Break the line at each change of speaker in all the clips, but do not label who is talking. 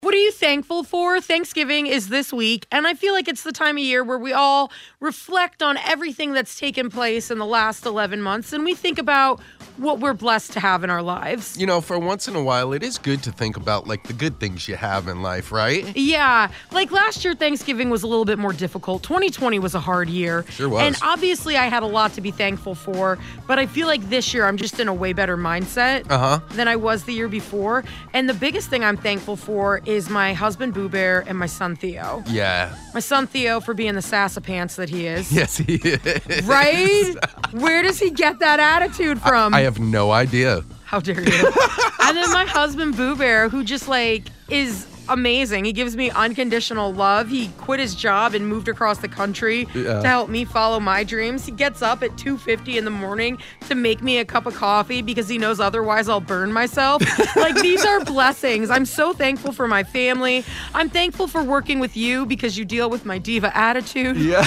What are you thankful for? Thanksgiving is this week, and I feel like it's the time of year where we all reflect on everything that's taken place in the last 11 months and we think about what we're blessed to have in our lives.
You know, for once in a while, it is good to think about like the good things you have in life, right?
Yeah, like last year, Thanksgiving was a little bit more difficult. 2020 was a hard year.
Sure was.
And obviously, I had a lot to be thankful for, but I feel like this year I'm just in a way better mindset
Uh huh.
than I was the year before. And the biggest thing I'm thankful for is my husband, Boo Bear, and my son, Theo.
Yeah.
My son, Theo, for being the sassapants that he is.
Yes, he is.
Right? Where does he get that attitude from?
I have no idea.
How dare you? and then my husband, Boo Bear, who just like is amazing. He gives me unconditional love. He quit his job and moved across the country
Yeah.
to help me follow my dreams. He gets up at 2:50 in the morning to make me a cup of coffee because he knows otherwise I'll burn myself. like these are blessings. I'm so thankful for my family. I'm thankful for working with you because you deal with my diva attitude.
Yeah.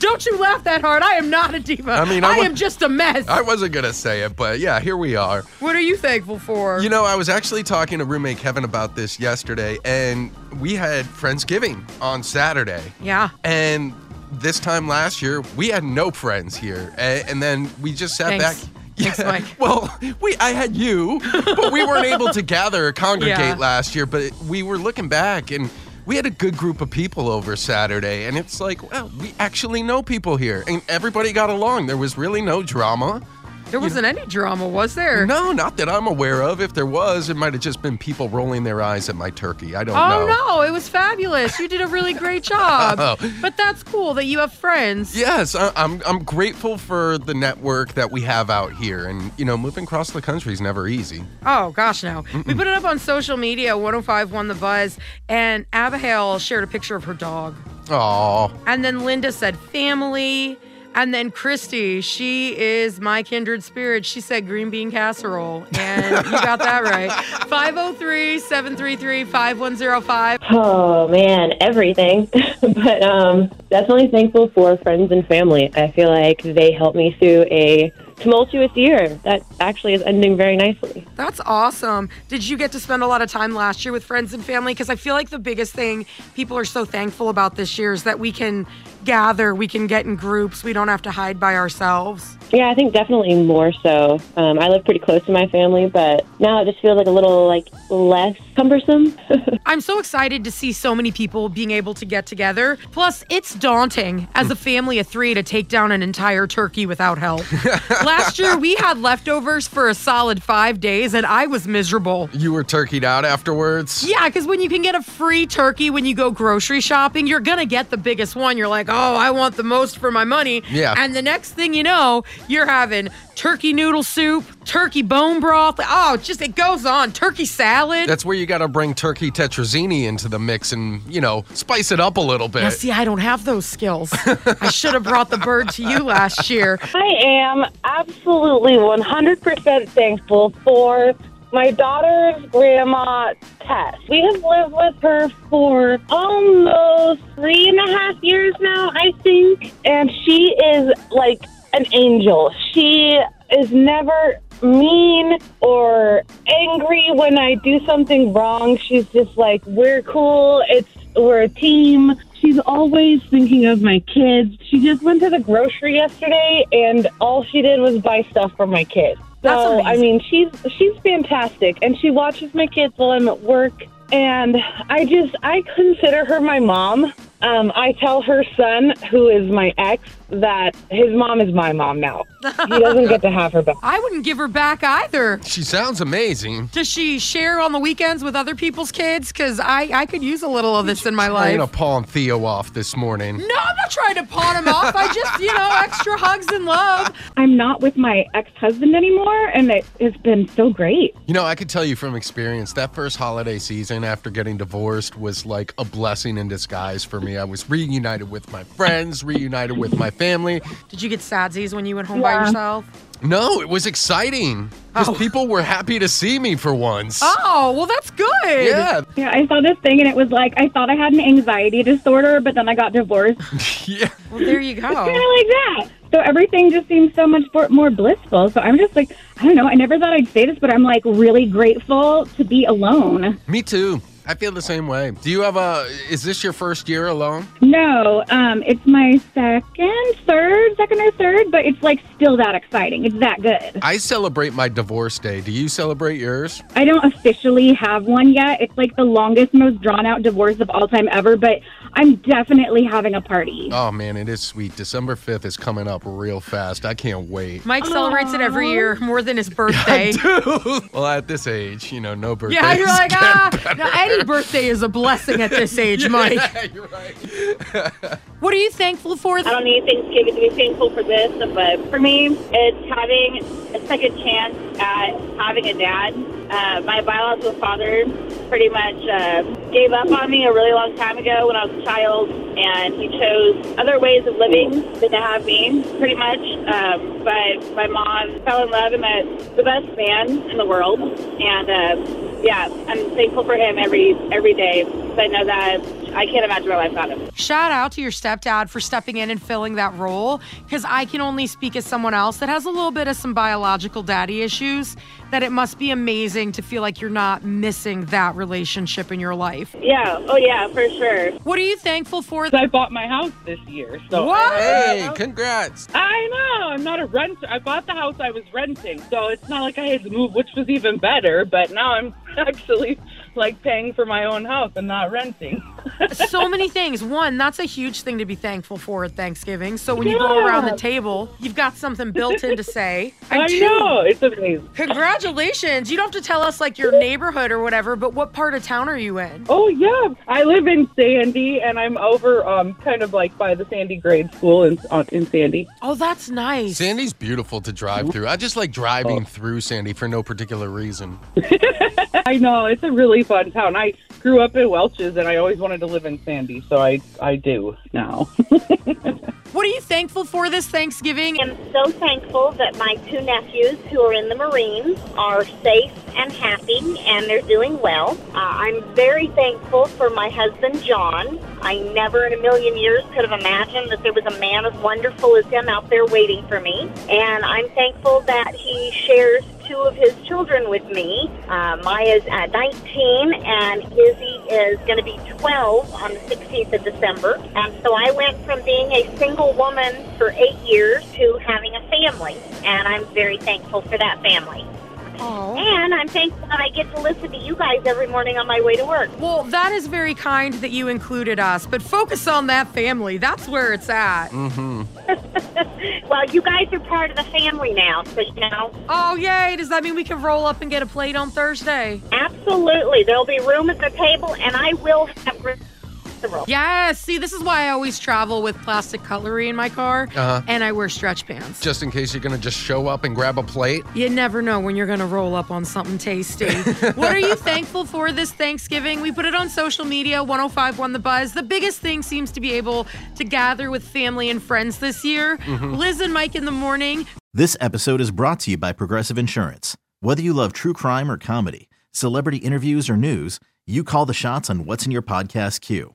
Don't you laugh that hard. I am not a diva.
I mean, I wa-
am just a mess.
I wasn't going to say it, but yeah, here we are.
what are you thankful for?
You know, I was actually talking to roommate Kevin about this yesterday, and we had Friendsgiving on Saturday.
yeah.
And this time last year, we had no friends here, A- and then we just sat
Thanks.
back.
Thanks, Mike.
Well, we I had you, but we weren't able to gather or congregate
Yeah.
last year. But we were looking back, and we had a good group of people over Saturday, and it's like, well, we actually know people here, and everybody got along. There was really no drama.
There wasn't any drama, was there?
No, not that I'm aware of. If there was, it might have just been people rolling their eyes at my turkey. I don't
Oh
know.
no, it was fabulous. You did a really great job.
Oh.
But that's cool that you have friends.
Yes, I, I'm I'm grateful for the network that we have out here, and you know, moving across the country is never easy.
Oh gosh, no. We put it up on social media, 105 won the buzz, and Abigail shared a picture of her dog.
Oh,
And then Linda said family. And then Christy, she is my kindred spirit. She said green bean casserole. And you got that right. 503 733 5105.
Oh man, everything. but um, definitely thankful for friends and family. I feel like they helped me through a tumultuous year that actually is ending very nicely.
That's awesome. Did you get to spend a lot of time last year with friends and family? Because I feel like the biggest thing people are so thankful about this year is that we can gather, we can get in groups, we don't have to hide by ourselves.
Yeah, I think definitely more so. Um, I live pretty close to my family, but now it just feels like a little like less cumbersome.
I'm so excited to see so many people being able to get together. Plus, it's daunting as a family of three to take down an entire turkey without help. Last year, we had leftovers for a solid five days, and I was miserable.
you were turkeyed out afterwards.
Yeah, because when you can get a free turkey when you go grocery shopping, you're gonna get the biggest one. You're like, oh, I want the most for my money.
Yeah.
And the next thing you know, you're having turkey noodle soup, turkey bone broth. Oh, it just it goes on. Turkey salad.
That's where you got to bring turkey tetrazzini into the mix and you know spice it up a little
now,
bit.
see, I don't have those skills. I should have brought the bird to you last year.
I am absolutely 100% thankful for my daughter's grandma, Tess. We have lived with her for almost three and a half years now, I think. And she is like an angel. She is never mean or angry when I do something wrong. She's just like, we're cool. It's we're a team. She's always thinking of my kids. She just went to the grocery yesterday, and all she did was buy stuff for my kids.
That's
So I
amazing.
mean, she's she's fantastic, and she watches my kids while I'm at work. And I just I consider her my mom. Um, I tell her son, who is my ex, that his mom is my mom now. He doesn't get to have her back.
I wouldn't give her back either.
She sounds amazing.
Does she share on the weekends with other people's kids? Because I, I could use a little of this in my
I'm
life.
gonna pawn Theo off this morning.
No, I'm not trying to pawn him off. I just, you know, extra hugs and love.
I'm not with my ex husband anymore, and it has been so great.
You know, I could tell you from experience that first holiday season after getting divorced was like a blessing in disguise for me. I was reunited with my friends, reunited with my family.
Did you get sadsies when you went home by
Yeah.
yourself?
No, it was exciting because
Oh.
people were happy to see me for once.
Oh, well, that's good.
Yeah,
Yeah, I saw this thing, and it was like I thought I had an anxiety disorder, but then I got divorced. kind of
yeah.
Well, there you go.
like that. So everything just seems so much for- more blissful. So I'm just like, I don't know. I never thought I'd say this, but I'm like really grateful to be alone.
Me too. I feel the same way. Do you have a? Is this your first year alone?
No, um, it's my second, third, second or third, but it's like still that exciting. It's that good.
I celebrate my divorce day. Do you celebrate yours?
I don't officially have one yet. It's like the longest, most drawn out divorce of all time ever, but I'm definitely having a party.
Oh man, it is sweet. December 5th is coming up real fast. I can't wait.
Mike celebrates it every year more than his birthday.
well, at this age, you know, no birthday.
Yeah, you're like, ah, now any birthday is a blessing at this age, Mike.
you're right.
What are you thankful for?
I don't need Thanksgiving to be thankful for this, but for me, it's having a second chance at having a dad. Uh, my biological father pretty much uh, gave up on me a really long time ago when I was a child, and he chose other ways of living than to have me, pretty much. Um, but my mom fell in love and met the best man in the world, and uh, yeah, I'm thankful for him every every day. But I know that I can't imagine my life without him.
Shout out to your stepdad for stepping in and filling that role because I can only speak as someone else that has a little bit of some biological daddy issues. That it must be amazing to feel like you're not missing that relationship in your life.
Yeah. Oh, yeah, for sure.
What are you thankful for?
I bought my house this year, so
What?
Hey, congrats.
I know. I'm not a renter. I bought the house I was renting, so it's not like I had to move, which was even better. But now I'm actually like paying for my own house and not renting.
so many things. One, that's a huge thing to be thankful for at Thanksgiving. So when you go around the table, you've got something built in to say. And
I
two,
know. It's amazing.
Congratulations. You don't have to tell us like your neighborhood or whatever, but what part of town are you in?
Oh yeah, I live in Sandy, and I'm over um kind of like by the Sandy grade school in on- in Sandy.
Oh, that's nice. Oh.
Sandy's beautiful to drive through. I just like driving through Sandy for no particular reason.
I know it's a really fun town. I grew up in Welch's, and I always wanted to live in Sandy, so I I do now.
What are you thankful for this Thanksgiving?
am so thankful that my two nephews who are in the Marines are safe and happy and they're doing well. Uh, I'm very thankful for my husband, John. I never in a million years could have imagined that there was a man as wonderful as him out there waiting for me. And I'm thankful that he shares two of his children with me. Uh, Maya's uh, 19 and Izzy is going to be 12 on the 16th of December. Um, so I went from being a single woman for eight years to having a family, and I'm very thankful for that family.
Oh.
And I'm thankful that I get to listen to you guys every morning on my way to work.
Well, that is very kind that you included us, but focus on that family. That's where it's at.
hmm
Well, you guys are part of the family now, so you know,
Oh, yay. Does that mean we can roll up and get a plate on Thursday?
absolutely, there'll be room at the table, and I will have room at the roll.
Yes. See, this is why I always travel with plastic cutlery in my car
Uh-huh.
and I wear stretch pants.
Just in case you're going to just show up and grab a plate.
You never know when you're going to roll up on something tasty. what are you thankful for this Thanksgiving? We put it on social media, 1051 The Buzz. The biggest thing seems to be able to gather with family and friends this year. Liz and Mike in the morning.
This episode is brought to you by Progressive Insurance. Whether you love true crime or comedy, celebrity interviews or news, you call the shots on what's in your podcast queue.